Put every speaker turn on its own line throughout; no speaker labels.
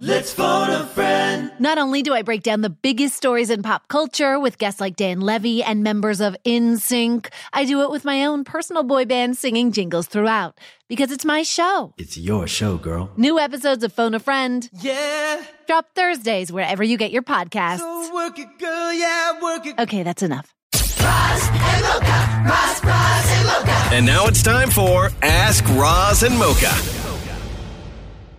let's phone a friend.
Not only do I break down the biggest stories in pop culture with guests like Dan Levy and members of InSync, I do it with my own personal boy band singing jingles throughout because it's my show.
It's your show, girl.
New episodes of Phone a Friend
Yeah.
drop Thursdays wherever you get your podcasts.
So work it, girl. Yeah, work it.
Okay, that's enough.
And now it's time for Ask Roz and Mocha.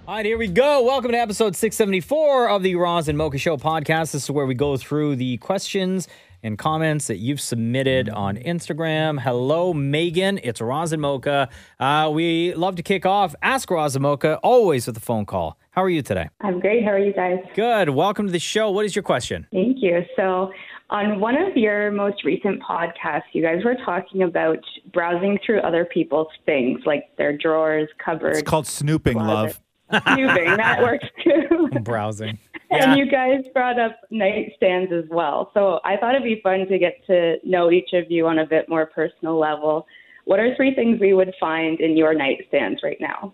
All right, here we go. Welcome to episode 674 of the Roz and Mocha Show podcast. This is where we go through the questions and comments that you've submitted on Instagram. Hello, Megan. It's Roz and Mocha. Uh, we love to kick off Ask Roz and Mocha, always with a phone call. How are you today?
I'm great. How are you guys?
Good. Welcome to the show. What is your question?
Thank you. So, on one of your most recent podcasts, you guys were talking about browsing through other people's things, like their drawers, cupboards,
It's called snooping, love.
tubing. that works too.
Browsing.
And you guys brought up nightstands as well. So, I thought it'd be fun to get to know each of you on a bit more personal level. What are three things we would find in your nightstands right now?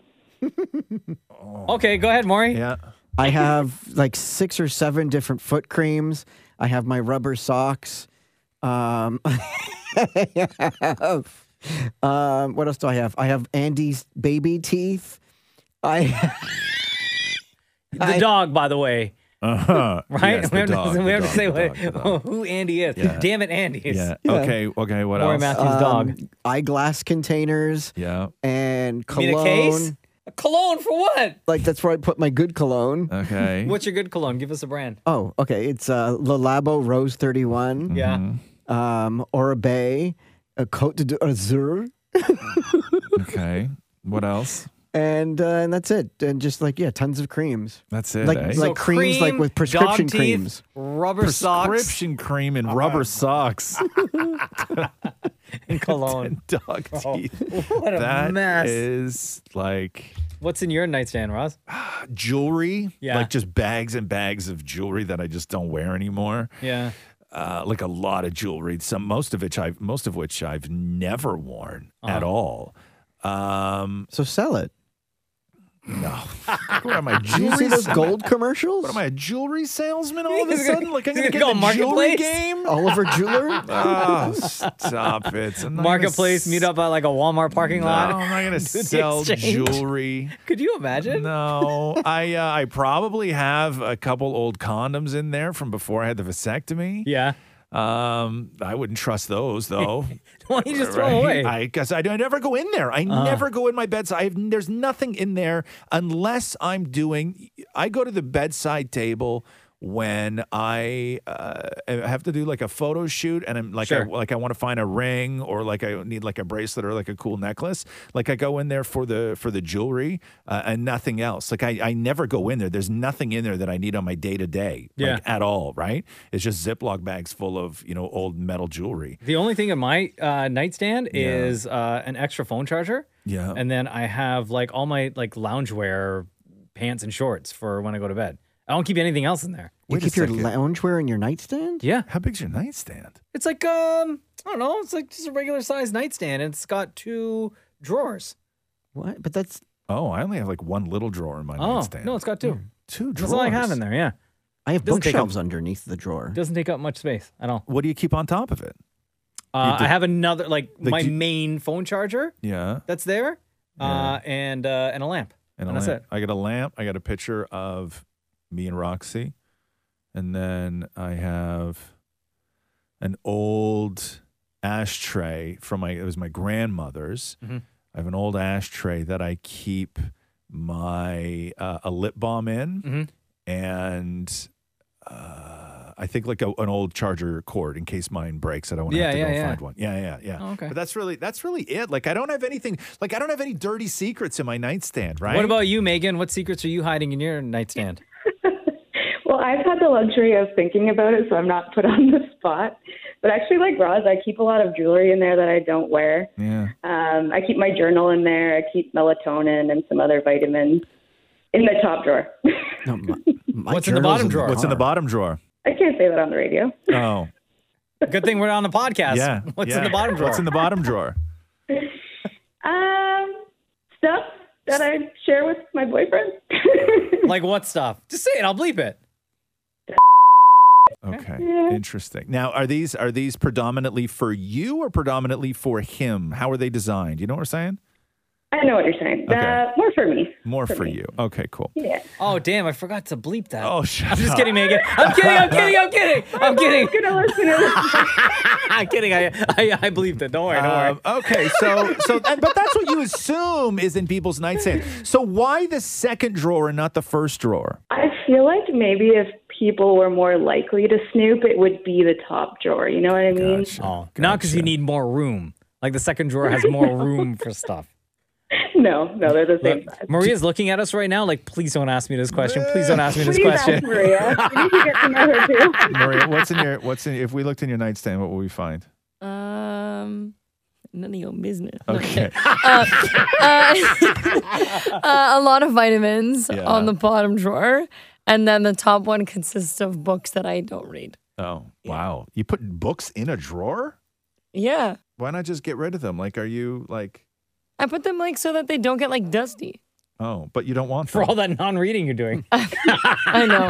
Okay, go ahead, Maury.
Yeah.
I have like six or seven different foot creams. I have my rubber socks. Um, I have, um, what else do I have? I have Andy's baby teeth. I
The
I-
dog, by the way.
Uh huh.
Right?
Yes,
we
the
have, to-
dog,
we
the
have to
dog,
say
the
what,
dog, the dog.
who Andy is.
Yeah.
Damn it, Andy. is.
Yeah. Okay. Okay. What
Maury
else?
Matthews' dog.
um, eyeglass containers
Yeah.
and
You mean a
cologne.
case? A cologne for what?
Like that's where I put my good cologne.
Okay.
What's your good cologne? Give us a brand.
oh, okay. It's uh, Lalabo Rose Thirty One,
Yeah.
um, Oribe, a Cote d'Azur.
okay. What else?
and uh, and that's it. And just like yeah, tons of creams.
That's it.
Like-
eh?
like- creams, like with prescription
dog teeth,
creams.
rubber socks,
prescription cream and rubber socks,
and cologne.
dog teeth.
Oh, What a
That is
mess.
like
What's in your nightstand, Roz?
jewelry.
Yeah.
Like just bags and bags of jewelry that I just don't wear anymore.
Yeah.
uh, like a lot of jewelry. Some most of which I've most of which I've never worn
Oh.
at all. Um,
So sell it.
what am I
Did you see
jewelry?
those
What
gold commercials?
am I a jewelry salesman all of a
He's gonna-
sudden? Like I'm
he's
gonna,
gonna go
get in the jewelry
marketplace?
game?
Oliver Jeweler.
Oh, stop it! I'm not gonna
Marketplace,
s-
meet up at like a Walmart parking
No,
lot.
I'm not gonna
the
sell
exchange.
jewelry.
Could you imagine?
No, I uh, I probably have a couple old condoms in there from before I had the vasectomy.
Yeah.
Um, I wouldn't trust those though.
Why don't you just throw
Right?
away? Uh-huh.
I guess I, don't- I never go in there. I never go in my bedside. I have, there's nothing in there unless I'm doing. I go to the bedside table when I uh, have to do like a photo shoot, and I'm like,
Sure.
I, like I want to find a ring or like I need like a bracelet or like a cool necklace. Like I go in there for the for the jewelry uh, and nothing else. Like I, I never go in there. There's nothing in there that I need on my day to day,
Yeah.
like at all. Right? It's just Ziploc bags full of you know old metal jewelry.
The only thing in my uh, nightstand is uh, an extra phone charger.
Yeah.
And then I have like all my like loungewear pants and shorts for when I go to bed. I don't keep anything else in there.
You
Wait a
keep your
second.
loungewear in your nightstand.
Yeah.
How big's your nightstand?
It's like um, I don't know. It's like just a regular sized nightstand. and It's got two drawers.
What? But that's
Oh, I only have like one little drawer in my
oh
nightstand.
no, it's got two.
two drawers.
That's all I have in there. Yeah,
I have
Doesn't take up-
bookshelves underneath the drawer.
doesn't take up much space at all.
What do you keep on top of it?
Uh,
do-
I have another like
Like,
my
do-
main phone charger
Yeah,
that's there, uh, and uh, and a lamp.
and a
that's
lamp.
it.
I got a lamp. I got a picture of me and Roxy, and then I have an old ashtray from my. It was my grandmother's.
Mm-hmm.
I have an old ashtray that I keep my uh, a lip balm in,
Mm-hmm.
and. Uh, I think like a, an old charger cord in case mine breaks. I don't want to
Yeah,
have to
yeah,
go and
yeah.
find one. Yeah, yeah, yeah.
Oh, okay.
But that's really that's really it. Like I don't have anything. Like I don't have any dirty secrets in my nightstand. Right?
What about you, Megan? What secrets are you hiding in your nightstand?
Well, I've had the luxury of thinking about it, so I'm not put on the spot. But actually, like Roz, I keep a lot of jewelry in there that I don't wear.
Yeah.
Um, I keep my journal in there. I keep melatonin and some other vitamins in the top drawer.
No, my, my
What's in the
journal's
bottom drawer?
What's in the bottom drawer?
I can't say that on the radio.
Oh.
Good thing we're on the podcast.
Yeah.
What's
yeah.
in the bottom drawer?
What's in the bottom drawer?
Um, stuff that I share with my boyfriend.
like what stuff? Just say it. I'll bleep it.
Okay. Interesting. Now, are these are these predominantly for you or predominantly for him? How are they designed? You know what I'm saying?
I know what you're saying. Uh, more for me.
More for,
me.
you. Okay, cool.
Yeah.
Oh damn! I forgot to bleep that.
Oh, shut
I'm just
up.
kidding, Megan. I'm kidding. I'm kidding. I'm kidding. I'm kidding.
Gonna listen to this.
I'm kidding. I I, I bleeped it. Don't worry. Don't worry.
Um, okay, so so, and- but that's what you assume is in people's nightstand. So why the second drawer and not the first drawer?
I feel like maybe if people were more likely to snoop, it would be the top drawer. You know what I mean?
Oh, not because you need more room. Like the second drawer has more room for stuff.
No, no, they're the same size.
Maria's looking at us right now, like, please don't ask me this question. Please don't ask me this
Please ask
question.
Maria. We need to get to know her too.
Maria, what's in your what's in if we looked in your nightstand, what would we find?
Um, none of your business. No.
Okay.
Uh, uh, a lot of vitamins
Yeah.
on the bottom drawer, and then the top one consists of books that I don't read.
Oh wow, you put books in a drawer?
Yeah,
Why not just get rid of them? Like, are you like?
I put them like so that they don't get like dusty.
Oh, but you don't want
For
them.
all that non reading you're doing.
I know.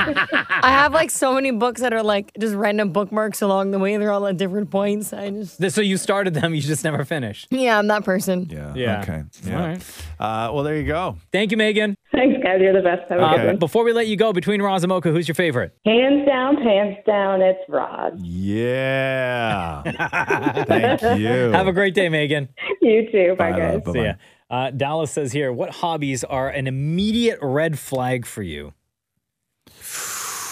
I have like so many books that are like just random bookmarks along the way. They're all at different points. I just
so you started them, you just never finished.
yeah, I'm that person.
Yeah.
Yeah.
Okay.
All
Yeah.
right.
Uh, well, there you go.
Thank you, Megan.
Thanks, guys. You're the best. Have a
Uh,
good one.
Before we let you go, between Roz and Mocha, who's your favorite?
Hands down, hands down, it's Rod.
Yeah. Thank you.
Have a great day, Megan.
You too. Bye,
Bye,
guys.
love. Bye-bye.
See ya. Uh, Dallas says here, what hobbies are an immediate red flag for you?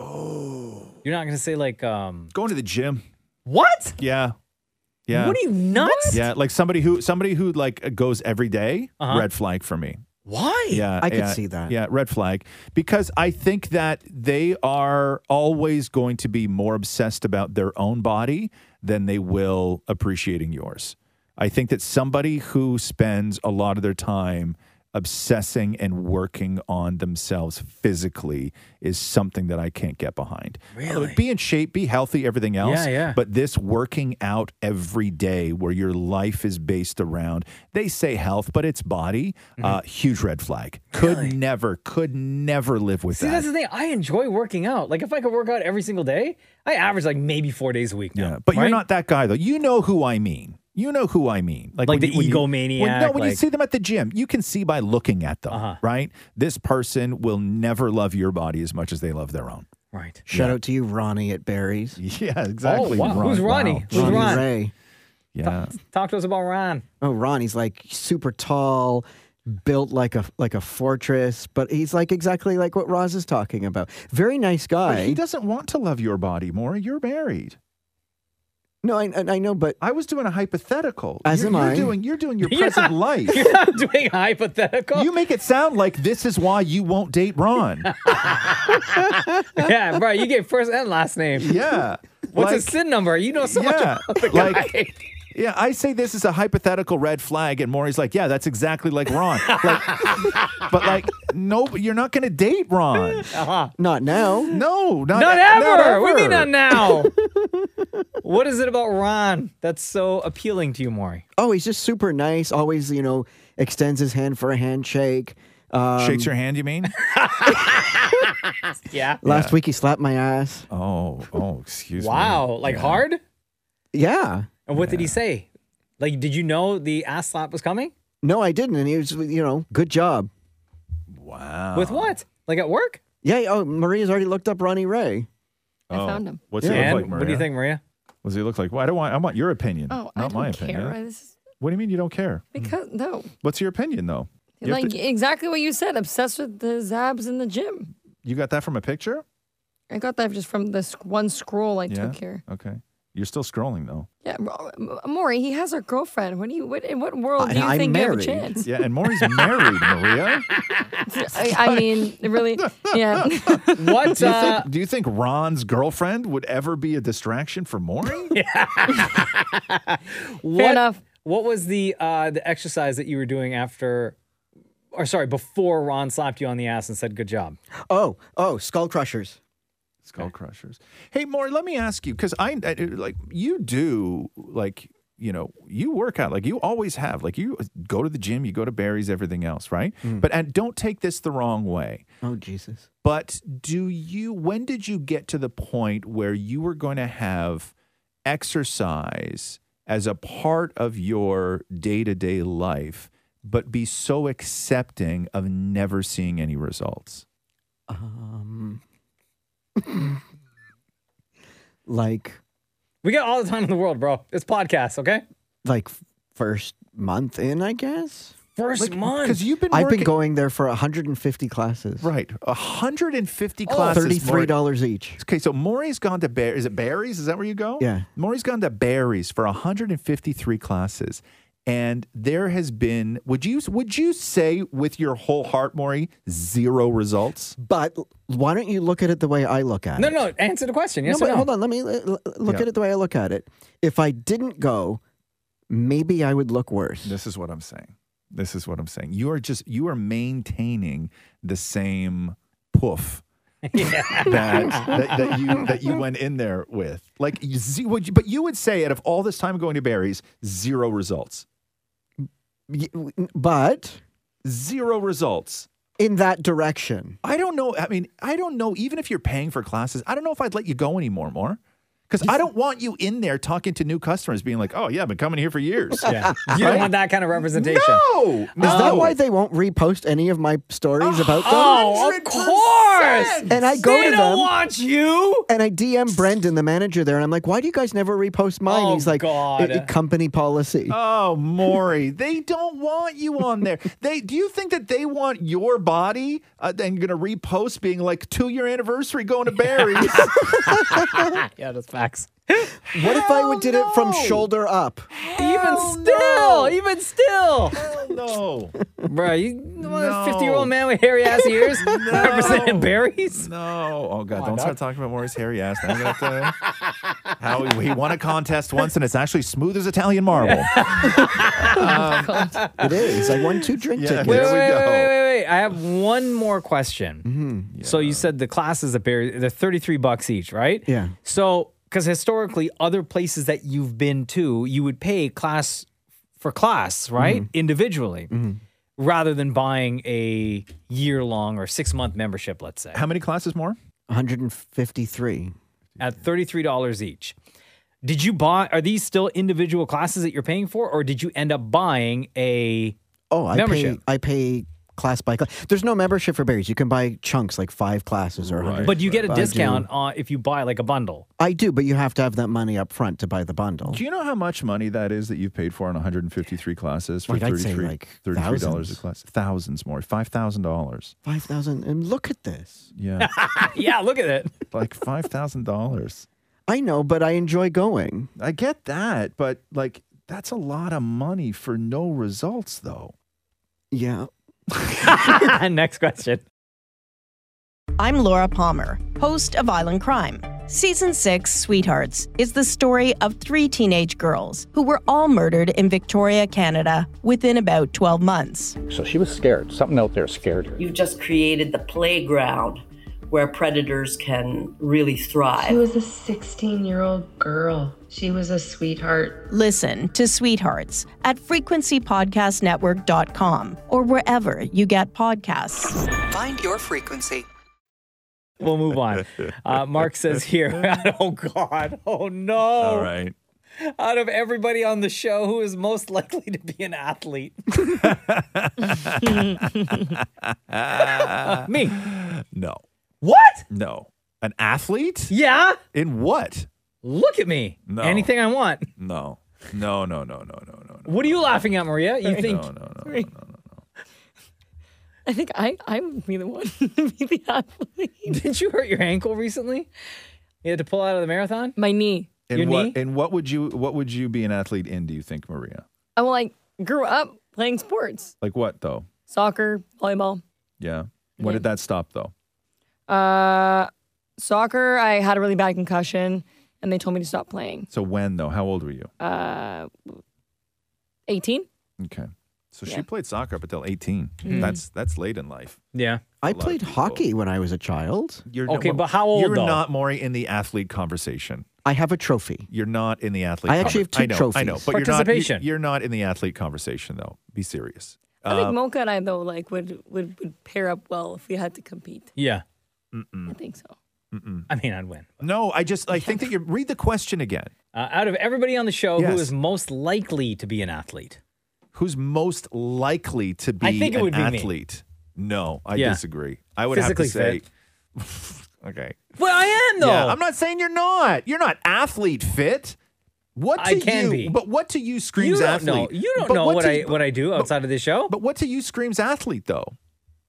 Oh. You're not going to say, like, um,
Going to the gym.
what?
Yeah. Yeah.
What are you nuts?
yeah, like somebody who somebody who like goes every day,
Uh-huh.
red flag for me.
Why?
Yeah,
I could
yeah,
see that.
Yeah, red flag because I think that they are always going to be more obsessed about their own body than they will appreciating yours. I think that somebody who spends a lot of their time obsessing and working on themselves physically is something that I can't get behind. Really? Be in shape, be healthy, everything else.
Yeah, yeah.
But this working out every day where your life is based around, they say health, but it's body, uh, huge red flag. Could never, could never live with
See,
that.
that's the thing. I enjoy working out. Like, if I could work out every single day, I average like maybe four days a week now.
Yeah, but
right?
you're not that guy though. You know who I mean. You know who I mean.
Like
when
the
you- when you- when- no,
egomaniac,
when you
like-
see them at the gym, you can see by looking at them,
Uh-huh.
right? This person will never love your body as much as they love their own.
Right.
Shout out to you, Ronnie at Barry's.
Yeah, exactly.
wow.
Ron.
Who's Ronnie?
Oh,
Who's
Wow.
Ronnie
Ron?
Ray.
Yeah.
Talk to us about Ron.
Oh, Ronnie's like super tall, built like a like a fortress, but he's like exactly like what Roz is talking about. Very nice
But
guy.
he doesn't want to love your body more. You're married.
no, I I I know, but
I was doing a hypothetical.
As
you're,
am
you're
I.
Doing, you're doing your
You're not-
present life.
You're not doing hypothetical.
You make it sound like this is why you won't date Ron.
yeah, bro. You get first and last name.
Yeah.
What's
like,
his sin number? You know so much.
Yeah.
About the guy.
Like, yeah, I say this is a hypothetical red flag, and Maury's like, yeah, that's exactly like Ron. Like, but like, no, you're not going to date Ron.
not now.
Uh-huh.
No, not,
not
uh, not
ever. What do you mean
ever.
not now? what is it about Ron that's so appealing to you, Maury?
Oh, he's just super nice. Always, you know, extends his hand for a handshake. Um,
Shakes your hand, you mean?
Yeah.
Last week he slapped my ass.
Oh, oh, excuse me.
Wow. Like hard.
Yeah.
And what did he say? Like, did you know the ass slap was coming?
No, I didn't. And he was, you know, good job.
Wow.
With what? Like at work?
Yeah. Oh, Maria's already looked up Ronnie Ray.
I
Oh.
found him.
What's
Yeah.
he look
and
like, Maria?
what do you think, Maria?
What's he look like? Well, I don't want. I want your opinion,
Oh,
not
I don't
my
care.
opinion.
I- This is
What do you mean you don't care?
because no,
What's your opinion though? You, have
like
to-
exactly what you said. Obsessed with the zabs in the gym.
you got that from a picture?
I got that just from this one scroll I took here.
Okay. You're still scrolling though.
Yeah, Ma- Ma- Maury, he has a girlfriend. What do you? What, in what world
I-
do you
I'm
think
married.
you have a chance?
Yeah, and Maury's married, Maria.
I, I mean, really? Yeah.
What?
Do you,
Uh,
think, do you think Ron's girlfriend would ever be a distraction for Maury?
what,
Fair enough.
What was the uh, the exercise that you were doing after, or sorry, before Ron slapped you on the ass and said "good job"?
Oh, oh, skull crushers.
Skull Crushers. Hey, Maury, let me ask you because I, I- like you do like you know you work out like you always have like you go to the gym, you go to Barry's, everything else, right? But and don't take this the wrong way.
Oh Jesus.
But do you? When did you get to the point where you were going to have exercise as a part of your day to day life, but be so accepting of never seeing any results?
Um, like
We got all the time in the world, bro. It's podcast, okay?
like first month in, I guess.
First month.
Because you've been
I've
working-
been going there for 150 classes.
Right. 150 classes.
Thirty-three
Maury.
dollars each.
Okay, so Maury's gone to Bear. Is it Barry's? Is that where you go?
Yeah.
Maury's gone to Barry's for 153 classes. And there has been, would you would you say with your whole heart, Maury, zero results?
But why don't you look at it the way I look at
no,
it?
no, answer the question. Yes
no,
or
but
no?
hold on. Let me l- l- look
Yeah.
at it the way I look at it. If I didn't go, maybe I would look worse.
This is what I'm saying. This is what I'm saying. You are just you are maintaining the same poof that, that that you that you went in there with. Like you see, would you, but you would say out of all this time going to Barry's, zero results.
Y- w- But
Zero results.
in that direction,
I don't know. I mean, I don't know. Even if you're paying for classes, I don't know if I'd let you go anymore, more. Because I don't want you in there talking to new customers, being like, "Oh yeah, I've been coming here for years."
Yeah. You don't want that kind of representation.
No,
is that why they won't repost any of my stories about them?
Oh, of course.
And I go
they
to
don't
them.
want you.
And I DM Brendan, the manager there, and I'm like, "Why do you guys never repost mine?"
Oh,
He's like,
God.
"I- I- "Company policy."
Oh, Maury, they don't want you on there. They do you think that they want your body uh, and going to repost being like two year anniversary going to Barry's?
Yeah, that's facts.
what if I would did it from
no.
shoulder up?
even still, even still.
no,
Bro, you
No.
50 year old man with hairy ass ears representing berries?
no. Oh God, don't start talking about Maury's hairy ass. Now I'm gonna have to. How he, he won a contest once and it's actually smooth as Italian marble.
It is. I won two drink
Yeah.
tickets.
Wait,
There
wait,
we
wait,
go. Mm-hmm.
wait, wait, wait. I have one more question. So you said the classes at Barry, they're 33 bucks each, right?
Yeah.
So, because historically, other places that you've been to, you would pay class for class, right?
Mm-hmm.
Individually, rather than buying a year long or six month membership, let's say.
How many classes more?
153.
at $33 each. Did you buy are these still individual classes that you're paying for or did you end up buying a
Oh, I
Membership.
pay. I pay class by class. There's no membership for berries. You can buy chunks, like five classes or. 100.
but you get a
I do.
discount on if you buy like a bundle.
I do, but you have to have that money up front to buy the bundle.
Do you know how much money that is that you've paid for on 153 classes for
Wait, I'd say
33,
like
$33 a
thousands.
class? Thousands more, $5,000.
Five thousand, and look at this.
Yeah,
yeah, look at it.
like $5,000.
I know, but I enjoy going.
I get that, but like that's a lot of money for no results, though.
Yeah.
Next question.
I'm Laura Palmer, host of Island Crime. Season 6, Sweethearts, is the story of three teenage girls who were all murdered in Victoria, Canada within about 12 months.
So she was scared. Something out there scared her.
You've just created the playground where predators can really
She
thrive.
was a 16 year old girl. She was a sweetheart.
Listen to Sweethearts at frequencypodcastnetwork.com or wherever you get podcasts.
Find your frequency.
We'll move on. Uh, Mark says here, oh God, oh no.
All right.
Out of everybody on the show, who is most likely to be an athlete? Me.
No,
What?
no. An athlete?
Yeah.
In what?
Look at me.
No.
Anything I want.
No, no, no, no, no, no, no. no.
What are you laughing at, Maria? You think
No, no, no.
I think I I would be the one to be the athlete.
Did you hurt your ankle recently? You had to pull out of the marathon?
My knee.
In
Your
what?
knee?
In what would you? What would you be an athlete in? Do you think, Maria?
I like grew up playing sports,
Like what though?
soccer, volleyball.
Yeah. When
Yeah.
did that stop though?
Uh, soccer. I had a really bad concussion, and they told me to stop playing.
So when though? How old were you?
Uh, eighteen.
Okay. So
Yeah.
she played soccer up until 18.
Mm-hmm.
Mm.
That's that's late in life.
Yeah.
I played hockey when I was a child.
You're no- well, You're not, Maury, in the athlete conversation.
I have a trophy.
You're not in the athlete.
I actually have
conver- I
two
know, I know,
trophies.
but you're not.
Participation.
You're, you're not in the athlete conversation, though. Be serious.
I think
Uh,
Mocha and I though like would, would would pair up well if we had to compete.
yeah.
I think so.
I mean, I'd win.
No, I just I think that you read the question again.
Uh, out of everybody on the show,
Yes.
who is most likely to be an athlete?
Who's most likely to be
I think it
an
would be me.
athlete? No, I
Yeah.
disagree. I would
Physically
have to say. okay.
Well, I am though.
Yeah, I'm not saying you're not. You're not athlete fit. What to
I can
you,
be.
But what to you screams
you don't
athlete?
know. You don't
But
know what
to
I
you-
what I do outside of this show.
But what to you screams athlete though?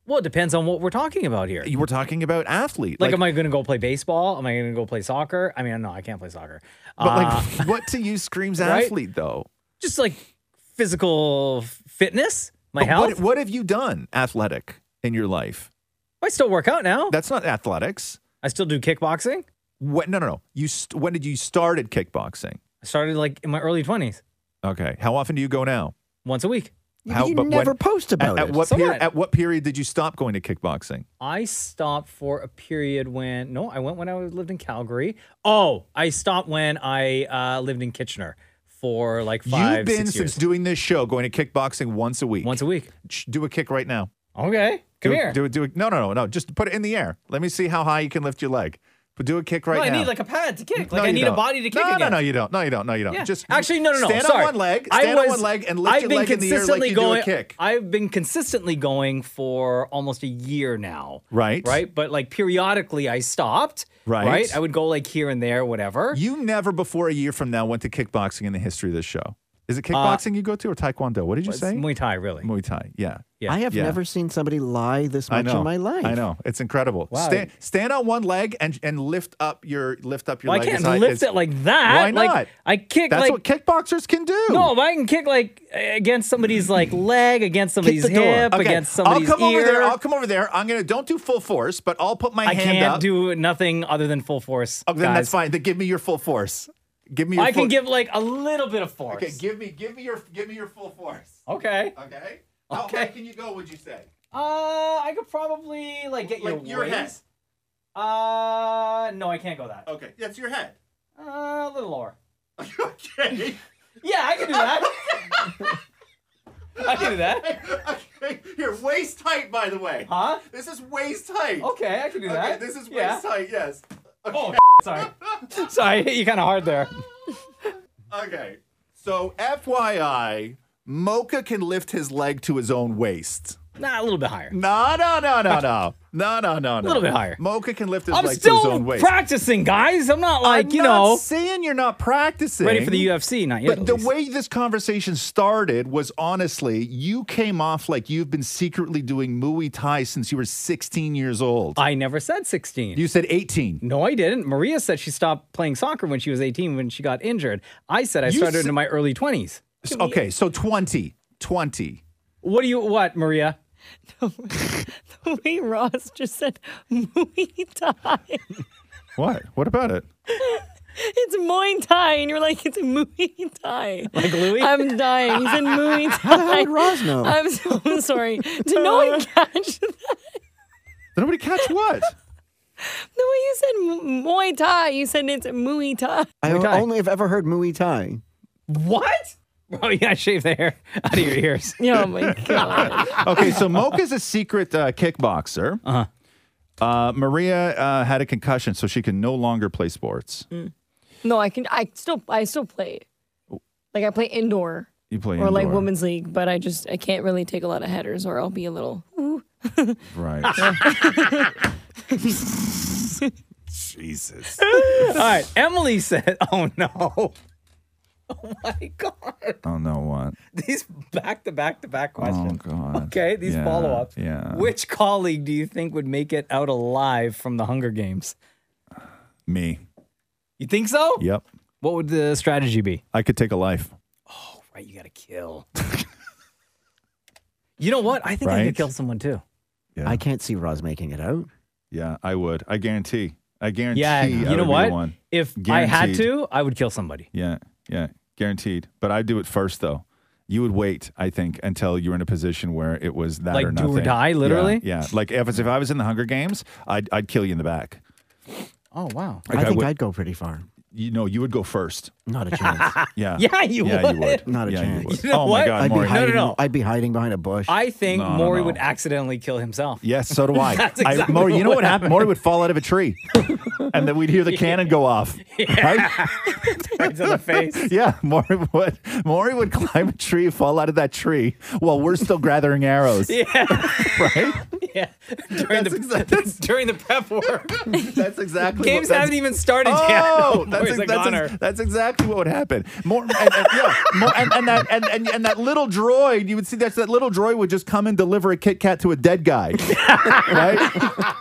Well, it depends on what we're talking about here.
You were talking about athlete.
Like, am I going to go play baseball? Am I going to go play soccer? I mean, no, I can't play soccer.
But
Uh,
like, what to you screams
right?
athlete though?
just like physical f- fitness, my
But what-
health.
what have you done athletic in your life?
I still work out now.
That's not athletics.
I still do kickboxing.
What? No, no, no. You st- when did you start at kickboxing?
I started like in my early twenties,
Okay. How often do you go now?
once a week.
How,
you
but when-
never post
at-
about
at,
it.
What
So
peri-
what?
at what period did you stop going to kickboxing?
I stopped for a period when no, I went when I was- lived in Calgary. Oh, I stopped when I uh, lived in Kitchener for like
You've
five.
been
six years.
since doing this show going to kickboxing once a week. Once
a week.
Do a kick right now.
Okay, come
do
here.
It, do it. Do it. No, no, no, no. Just put it in the air. Let me see how high you can lift your leg. But do a kick right
no,
now.
I need like a pad to kick.
No,
Like I
you
need a
don't.
body to kick.
No,
again.
no, no, you don't. No, you don't. No, you don't.
Yeah.
Just
actually, no, no, no.
Stand
Sorry.
on one leg.
I
Stand on
was-
one leg and lift
I've
your
been
leg in the air like
consistently
you
going,
do a kick.
I've been consistently going for almost a year now.
Right.
Right. But like periodically, I stopped.
Right.
Right. I would go like here and there, whatever.
You never before a year from now went to kickboxing in the history of this show. Is it kickboxing you go to or taekwondo? What did you
Uh, it's
say?
Muay Thai, really.
Muay Thai. Yeah.
I have
Yeah.
never seen somebody lie this
I
much
know.
in my life.
I know. It's incredible.
Wow.
Stand, stand on one leg and and lift up your lift up your
Well, I
leg.
can't
as high
lift
as-
it like that.
Why
Like,
not?
I kick
That's
like-
what kickboxers can do.
No, but I can kick like against somebody's like leg, against somebody's
Kick the door.
hip,
Okay,
against somebody's
I'll come
ear.
over there. I'll come over there. I'm gonna don't do full force, but I'll put my
I
hand
can't
up.
do nothing other than full force.
Oh, then that's
guys.
fine. Then give me your full force. Give me. Your
I
full-
can give like a little bit of force.
Okay, give me, give me your, give me your full force.
Okay.
Okay. How high can you go? Would you say?
Uh, I could probably like get
Like
your
your head.
waist. Uh, no, I can't go that.
Okay, that's your head.
Uh, a little lower.
Okay.
Yeah, I can do that. I can do that.
okay. Here, waist height, by the way.
Huh?
This is waist height.
Okay, I can do
okay,
that.
This is waist
Yeah.
height. Yes.
Oh, sorry. Sorry, I hit you kind of hard there.
Okay. So, FYI, Mocha can lift his leg to his own waist.
Nah, a little bit higher.
No, no, no, no, no, no, no, no, no.
A little bit higher.
Mocha can lift his
I'm
leg to his
still
own waist.
practicing, guys. I'm not like
I'm
you
not
know
saying you're not practicing.
ready for the UFC. Not yet.
But the way this conversation started was honestly, you came off like you've been secretly doing Muay Thai since you were 16 years old.
I never said 16.
You said 18.
no, I didn't. Maria said she stopped playing soccer when she was 18 when she got injured. I said I
You
started
s-
in my early 20s.
S- Okay, so 20. 20.
What do you what, Maria?
The way Ross just said Muay Thai.
What? What about it?
It's Muay Thai, and you're like, it's Muay Thai.
Like Louis?
I'm dying. He's in Muay Thai.
How the hell did Roz know?
I'm so I'm sorry. Did no one catch the
Did nobody catch what?
way you said Mu- Muay Thai? You said it's Muay Thai.
I
Muay Thai.
only have ever heard Muay Thai.
What? Oh yeah, shave the hair out of your ears.
Oh my god.
okay, so Mocha's a secret uh, kickboxer. Uh-huh. Maria uh, had a concussion, so she can no longer play sports.
No, I can. I still. I still play. Like I play indoor
You play
or like
indoor.
women's league, but I just I can't really take a lot of headers, or I'll be a little. Ooh.
Right. Jesus.
All right, Emily said, "Oh no, oh my god,
Oh no, what?
these back to back to back
Oh
questions."
god.
okay, these
Yeah,
follow ups.
Yeah.
Which colleague do you think would make it out alive from the Hunger Games?
Me.
You think so?
Yep.
What would the strategy be?
I could take a life.
Right, you gotta kill. you know what? I think I
Right?
could kill someone too.
Yeah.
I can't see Roz making it out.
Yeah, I would. I guarantee. I guarantee.
Yeah,
I
you
would
know
be
what?
the one.
If I had
Guaranteed.
to, I would kill somebody.
Yeah, yeah, guaranteed. But I do it first though. you would wait, I think, until you were in a position where it was that
Like
or
do or
nothing.
die,
Yeah,
literally?
Yeah, Like if, it's- if I was in the Hunger Games, I'd, I'd kill you in the back.
Oh wow.
Like,
I think
would-
I'd go pretty far.
You know, you would go first.
Not a chance.
yeah.
Yeah, you
yeah, You
would.
would.
Not a
yeah, You,
chance.
would.
You know
oh
what?
my God,
I'd be
Maury.
hiding, I'd be hiding behind a bush.
I think
No, no,
Maury
no.
would accidentally kill himself.
Yes, so do I.
That's
I-
exactly
Maury, you know
what
what happened? Maury would fall out of a tree, and then we'd hear the cannon go off.
Right to the face.
Yeah, Maury would. Maury would climb a tree, fall out of that tree, while we're still gathering arrows.
Yeah,
Right?
yeah. During the during the prep work,
That's exactly.
games
what, that's-
haven't even started yet.
Oh, that's,
Maury's like,
that's,
"Honor."
that's exactly what would happen. More and, and, yeah, more, and, and that and, and, and that little droid, you would see that that little droid would just come and deliver a Kit Kat to a dead guy, right?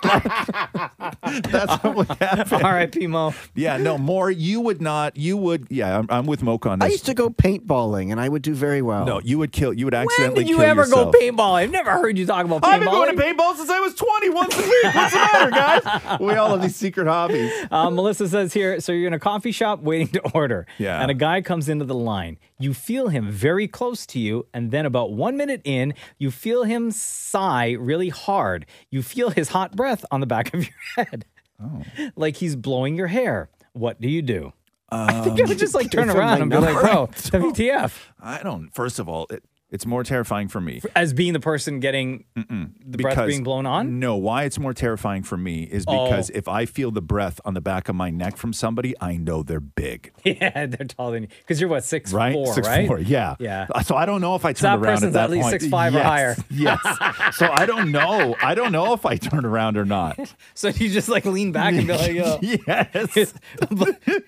Like, that's what would happen.
R.I.P. Mo.
Yeah, no, more. You would not. You would. Yeah, I'm, I'm with Moke on
I
this.
used to go paintballing and I would do very well.
no, you would kill. You would
When
accidentally
did you
kill
ever
yourself.
go paintball? I've never heard you talk about paintball.
I've been going to paintball since I was 20 once a week. What's the matter, guys? We all have these secret hobbies.
Uh, Melissa says here, so you're in a coffee shop waiting to order.
Yeah.
And a guy comes into the line. You feel him very close to you. And then about one minute in, you feel him sigh really hard. You feel his hot breath on the back of your head.
Oh.
Like he's blowing your hair. What do you do?
Um,
I think I would just like turn
give him
around
my
and be like, "Oh,
number.
bro, WTF.
I don't. First of all, it, it's more terrifying for me.
As being the person getting the breath
because-
being blown on? Oh.
No, why it's more terrifying for me is because if I feel the breath on the back of my neck from somebody, I know they're big,
Yeah, they're taller than you. Because you're what, six
right?
four,
six
right?
four, yeah,
Yeah.
So I don't know if I turn
that
around
person's
at that
at least 6'5" or
point. Yes,
higher.
Yes. so I don't know. I don't know if I turn around or not.
So you just like lean back and be like, "Oh." yo.
yes.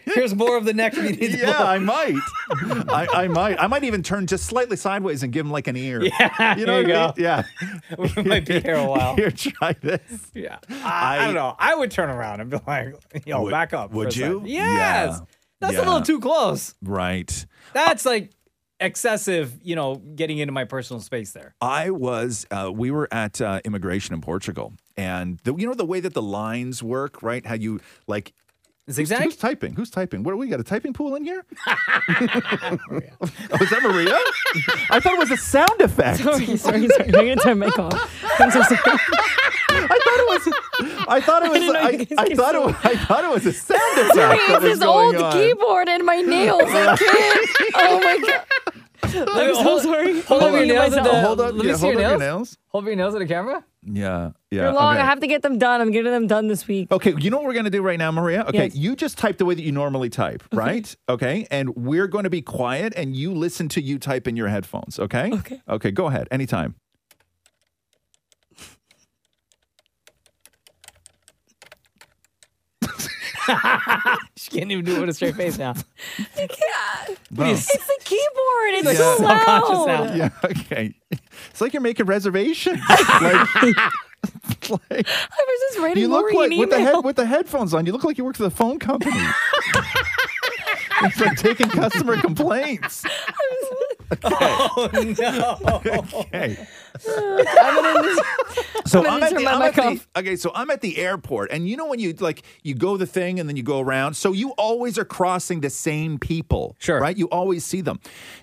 Here's more of the neck we need to
Yeah,
blow.
I might. I, I might. I might even turn just slightly sideways and give him like an ear.
Yeah,
you know
there you
what I mean? Yeah,
We might be here a while.
Here, try this.
Yeah. I, I don't know. I would turn around and be like, yo,
Would-
back up. for
would
a sec.
you?
Yes.
Yeah.
That's a
Yeah.
little too close.
Right.
That's like excessive, you know, getting into my personal space there.
I was, uh, we were at uh, immigration in Portugal, and the, you know the way that the lines work, right? How you like.
Zigzag?
Who's typing? Who's typing? What do we got? A typing pool in here? oh, is that Maria? I thought it was a sound effect.
Sorry, sorry, sorry. I'm gonna turn my call. I'm so sorry.
I thought it was. I thought it was.
didn't know
I,
you guys
I
came
thought it.
so-
Was, I thought it was a sound effect. that
It's
was
his
going
old
on.
keyboard and my nails. I can't. Oh my god. I'm so
hold-
sorry.
Hold up your nails at the.
Oh, Hold up,
Let me
yeah,
see your
hold
nails.
up your nails.
Hold up your nails at the camera.
Yeah, yeah.
They're long.
okay.
I have to get them done. I'm getting them done this week.
Okay, you know what we're going to do right now, Maria? Okay,
Yes.
you just type the way that you normally type, right? okay, and we're going to be quiet and you listen to you type in your headphones, okay? Okay. Okay, go ahead, anytime.
She can't even do it with a straight face now.
Wow.
It's the keyboard. It's
Yeah.
so
Self-conscious now.
loud.
Yeah, okay. It's like you're making reservations. like, like,
I was just writing
you look
Lori
like
an
with the
email.
head with the headphones on, you look like you work for the phone company. it's like taking customer complaints.
Oh no!
Okay.
I'm gonna just-
So
gonna
I'm
use
at,
her
the,
my
I'm at
mic
the- okay. So I'm at the airport, and you know when you like you go the thing, and then you go around. So you always are crossing the same people,
Sure.
right? You always see them.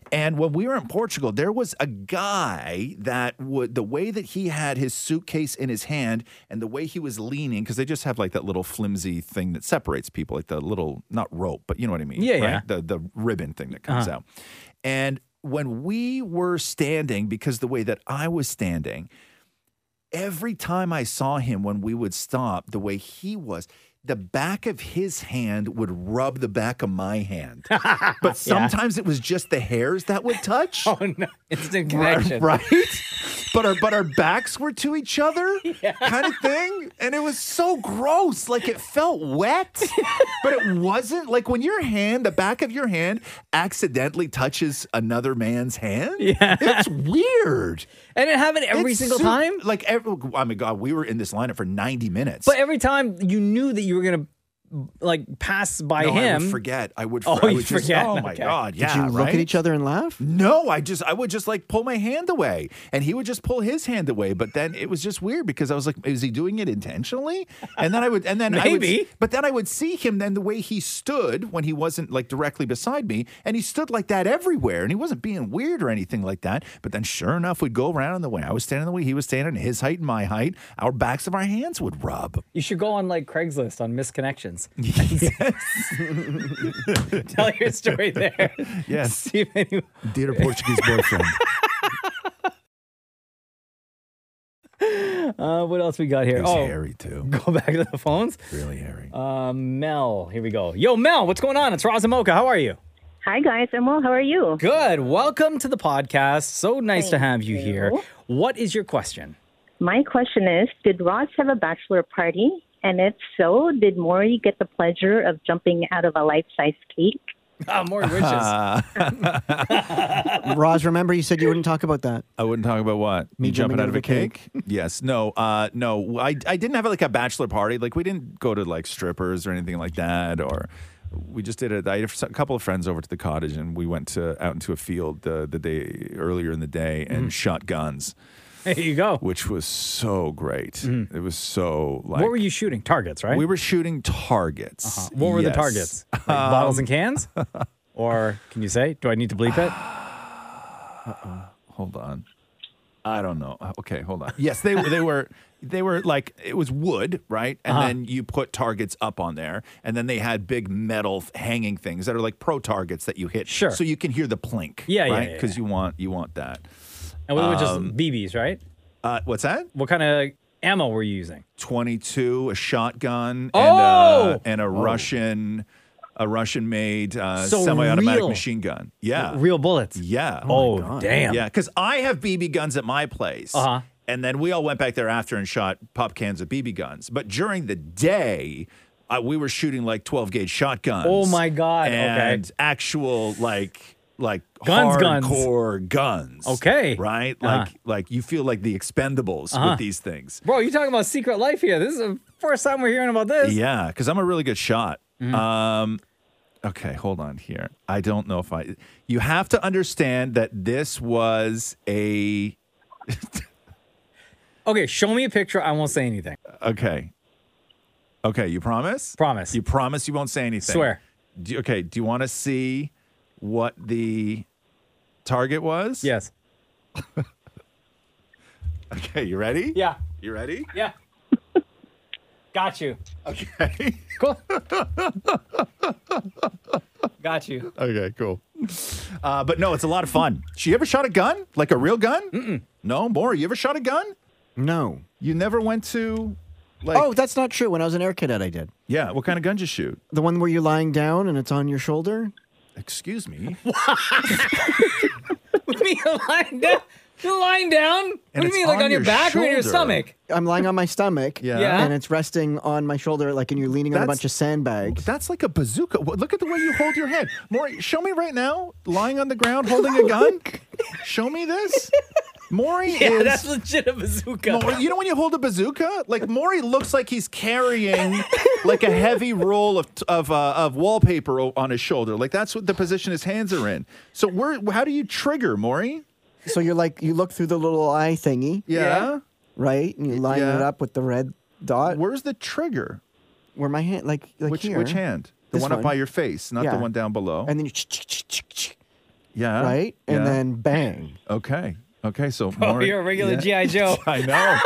And when we were in Portugal, there was a guy that would the way that he had his suitcase in his hand, and the way he was leaning, because they just have like that little flimsy thing that separates people, like the little not rope, but you know what I mean?
Yeah,
right?
yeah. Uh-huh.
The the ribbon thing that comes out, and. When we were standing, because the way that I was standing, every time I saw him when we would stop, the way he was, the back of his hand would rub the back of my hand. but sometimes it was just the hairs that would touch.
Oh no! Instant connection.
Right, but our but our backs were to each other, kind of thing, and it was so gross. Like it felt wet, but it wasn't. Like when your hand, the back of your hand, accidentally touches another man's hand. Yeah, it's weird.
And it happened every
It's
single
su-
time.
oh, Like every, I mean, God, we were in this lineup for ninety minutes.
But every time you knew that you were gonna like pass by
No, I
him.
would forget. I would.
Oh,
I
you
would just-
forget.
oh my
Okay.
god!
Did
Yeah.
you look at each
other and laugh? No, I just I would just like pull my hand away, and he would just pull his hand away. But then it was just weird because I was like, is he doing it intentionally? And then I would, and then I
Maybe.
would, but then I would see him then the way he stood when he wasn't like directly beside me, and he stood like that everywhere, and he wasn't being weird or anything like that. But then sure enough, we'd go around the way I was standing, the way he was standing, his height and my height, our backs of our hands would rub.
You should go on like Craigslist on misconnections. yes. Tell your story there.
Yes.
See if anyone-
Dear Portuguese boyfriend.
Uh, what else we got here?
He's hairy, too.
Go back to the phones.
Really hairy.
Uh, Mel, here we go. Yo, Mel, what's going on? It's Roz and Mocha. How are you?
Hi guys, I'm well. How are you?
Good. Welcome to the podcast. So nice to have you, here.
you.
What is your question?
My question is Did Ross have a bachelor party? And if so, did Maury get the pleasure of jumping out of a life size cake?
Ah, more wishes.
Roz, remember you said you wouldn't talk about that.
I wouldn't talk about what
Me
you
jumping out of a
yes. No. Uh, no. I I didn't have like a bachelor party. Like we didn't go to like strippers or anything like that. Or we just did it. I had a couple of friends over to the cottage and we went to out into a field the the day earlier in the day and
Mm.
shot guns.
There you go.
Which was so great. It was so like.
Mm. what were you shooting? Targets, right?
We were shooting targets.
Uh-huh. What were the
Yes. Um,
targets? Like bottles and cans? Or can you say? Do I need to bleep it?
Uh-uh. Hold on. I don't know. Uh, Okay, hold on. Yes, they were. They were. They were like it was wood, right? And
Uh-huh.
then you put targets up on there, and then they had big metal f- hanging things that are like pro targets that you hit,
Sure.
so you can hear the plink,
Yeah, yeah,
right?
yeah,
Because you want you want that.
And we were just
Um,
BBs, right?
Uh, what's that?
What kind of ammo were you using?
Twenty-two, a shotgun, and
Oh!
a, and a Russian, a Russian-made uh,
So
semi-automatic
real.
machine gun. Yeah,
Real bullets.
Yeah.
Oh, damn.
Yeah, because I have BB guns at my place.
Uh-huh.
And then we all went back there after and shot pop cans of BB guns. But during the day, uh, we were shooting like 12 gauge shotguns.
Oh my God, okay.
And actual like like
Guns, guns.
hardcore guns.
Okay.
Right?
Uh-huh.
Like like you feel like the Expendables
Uh-huh.
with these things.
Bro, you're talking about Secret Life here. This is the first time we're hearing about this.
Yeah, because I'm a really good shot.
Mm-hmm.
Um, okay, hold on here. I don't know if I. You have to understand that this was a.
Okay, show me a picture. I won't say anything.
Okay. Okay, you promise?
Promise.
You promise you won't say anything.
Swear.
Do you- okay, do you want to see what the target was?
Yes.
okay, you ready?
Yeah.
You ready?
Yeah. Got you.
Okay.
Cool. Got you.
Okay, cool. Uh, but no, it's a lot of fun. She ever shot a gun? Like a real gun? Mm-mm. No, more. You ever shot a gun?
No.
You never went to like
Oh, that's not true. When I was an air cadet, I did.
Yeah, what kind of gun did you shoot?
The one where you're lying down and it's on your shoulder?
Excuse me.
What do you mean you're lying down? You're lying down? what
And
do
it's
you mean, like
on
on, your,
your
back or on your
shoulder.
stomach?
I'm lying on my stomach.
Yeah. Yeah.
And it's resting on my shoulder, like, and you're leaning on a
That's-
bunch of sandbags.
That's like a bazooka. Wha- Look at the way you hold your head. Maury, show me right now, lying on the ground holding a gun. Show me this. Maury
Yeah,
is.
that's legit a bazooka.
Maury- you know when you hold a bazooka, like Maury looks like he's carrying like a heavy roll of of, uh, of wallpaper o- on his shoulder. Like that's what the position his hands are in. So where? How do you trigger, Maury?
So you're like, you look through the little eye thingy.
Yeah.
Right? And you line
Yeah.
it up with the red dot.
Where's the trigger?
Where my hand, like, like
which
here.
which hand? The
This
one, up by your face, not
Yeah.
the one down below.
And then you,
yeah.
right? And
Yeah.
then bang.
Okay. Okay. So
Bro,
Maury-
Oh, you're a regular G.I.
yeah.
Joe.
I know.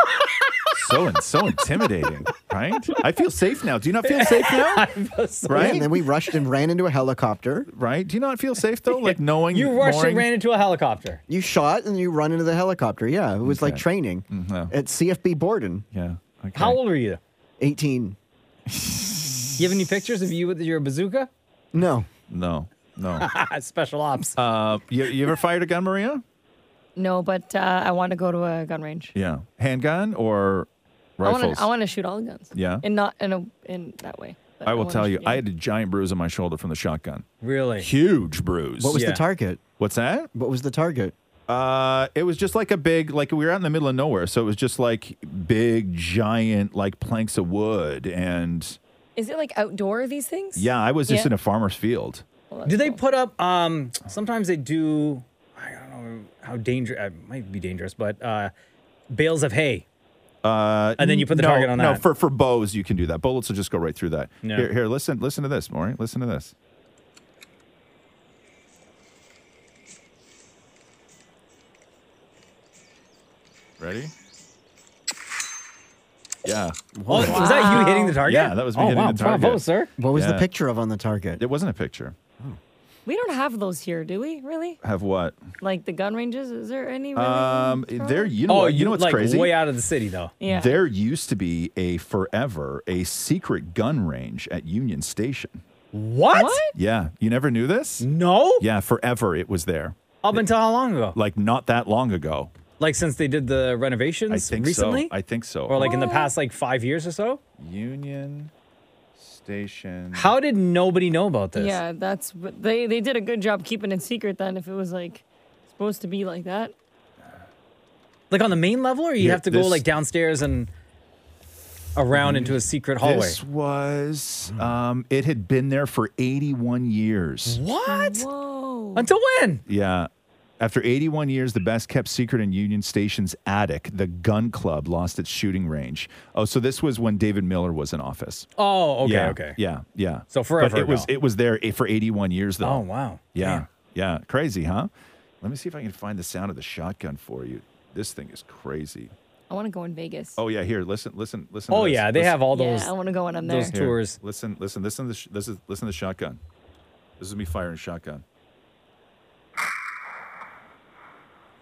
so so intimidating, right? I feel safe now. Do you not feel safe now?
Yeah,
Right?
and then we rushed and ran into a helicopter.
Right? Do you not feel safe though? Like knowing
You rushed
Maury-
and ran into a helicopter.
You shot and you run into the helicopter. Yeah, it was like
Okay.
training
Mhm.
at CFB Borden.
Yeah. Okay.
How old were you?
18.
You have any pictures of you with your bazooka?
No.
No. No.
Special ops.
Uh, you, you ever fired a gun, Maria?
No, but uh, I want to go to a gun range.
Yeah. Handgun or
I
rifles?
want to. I want to shoot all the guns.
Yeah.
and not in a in that way. but
I will
wanna
tell you,
shoot-
I had a giant bruise on my shoulder from the shotgun.
Really?
Huge bruise.
What was the target?
What's that?
What was the target?
Uh, it was just like a big, like we were out in the middle of nowhere, so it was just like big, giant, like planks of wood, and
Is it like outdoor these things?
Yeah, I was just
Yeah.
in a farmer's field.
Do they put up? Um, sometimes they do. I don't know how dangerous. It might be dangerous, but uh, bales of hay.
Uh,
And then you put the
no,
target on
No,
that.
for for bows you can do that. Bullets will just go right through that.
Yeah.
Here, here, listen, listen to this, Maury. Listen to this. Ready? Yeah.
Oh, was that you hitting the target?
Yeah, that was me
Oh,
hitting
wow,
the target.
bravo, sir.
What was the
Yeah.
picture of on the target?
It wasn't a picture.
We don't have those here, do we? Really?
Have what?
Like the gun ranges? Is there any? Really?
Um, there. You know.
Oh,
what, you
you-
know what's
like,
crazy?
way out of the city, though.
Yeah.
There used to be a forever a secret gun range at Union Station.
What?
Yeah, you never knew this?
No.
Yeah, forever it was there.
Up until how long ago?
Like not that long ago.
Like since they did the renovations
I think
recently?
so. I think so.
or like in the past like five years or so?
Union Station.
How did nobody know about this?
Yeah, that's but they they did a good job keeping it secret. Then, if it was like supposed to be like that,
Like on the main level, or you
Here,
have to go
this-
like downstairs and around into a secret hallway? Hmm.
This was um it had been there for 81 years.
What? Until when?
Yeah. After 81 years, the best kept secret in Union Station's attic, the gun club lost its shooting range. Oh, so this was when David Miller was in office.
Oh, okay,
yeah,
okay.
Yeah, yeah.
So forever
But it was
ago.
it was there for 81 years though.
Oh, wow.
Yeah,
Man.
yeah. Crazy, huh? Let me see if I can find the sound of the shotgun for you. This thing is crazy.
I want to go in Vegas.
Oh yeah, here. Listen, listen, listen.
Oh,
to this.
yeah, they
Listen-
have all
Yeah, oh. those- I wanna go when I'm those there.
Here,
tours.
Listen, listen, listen. To the sh- this is listen to the shotgun. This is me firing shotgun.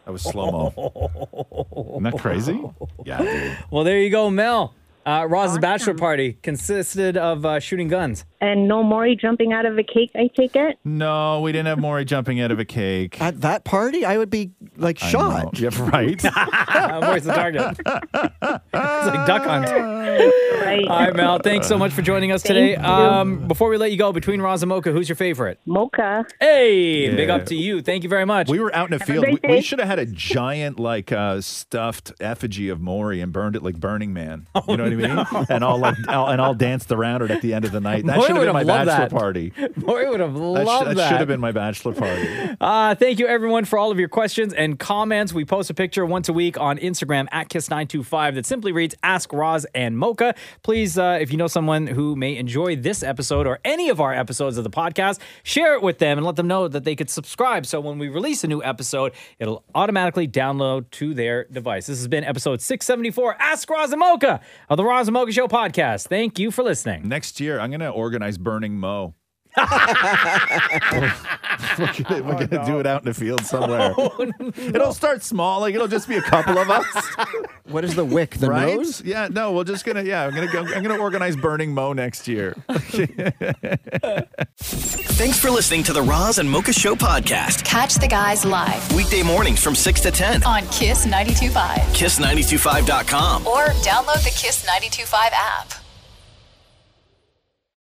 That was slow mo. Isn't that crazy? Yeah. Dude.
Well, there you go, Mel. Uh, Roz's bachelor party consisted of uh, shooting guns.
And no Maury jumping out of a cake, I take it.
No, we didn't have Maury jumping out of a cake.
At that party, I would be like
I know.
shot.
Yeah, right.
Uh, Where's the target? it's like duck hunt.
Right.
All right, Mel. Thanks so much for joining us today. Um, before we let you go, between Roz and Mocha, who's your favorite?
Mocha.
Hey, big
Yeah.
up to you. Thank you very much.
We were out in a
a
field.
great
We, we
day.
should have had a giant, like, uh, stuffed effigy of Maury and burned it like Burning Man.
Oh,
you know what I mean? And all like, all, and all danced around it at the end of the night. That
Maury
should have
would
been my
have loved
bachelor
that.
party.
Maury would have
That, sh-
loved
that should have been my bachelor party.
Uh, thank you, everyone, for all of your questions and comments. We post a picture once a week on Instagram at Kiss925 that simply reads Ask Roz and Mocha. Please, uh, if you know someone who may enjoy this episode or any of our episodes of the podcast, share it with them and let them know that they could subscribe. So when we release a new episode, it'll automatically download to their device. This has been episode 674 Ask Roz and Mocha of the Roz and Mocha Show podcast. Thank you for listening.
Next year, I'm going to organize Burning Mo. we're gonna,
Oh,
we're gonna do it out in the field somewhere. It'll start small, like it'll just be a couple of us,
What is the wick? The
right?
nose?
Yeah, no, we're just gonna. Yeah, I'm gonna go. I'm gonna organize Burning Mo next year.
Thanks for listening to the Roz and Mocha Show podcast.
Catch the guys live
Weekday mornings from 6 to 10.
on Kiss 92.5
Kiss925.com.
or download the Kiss 92.5 app.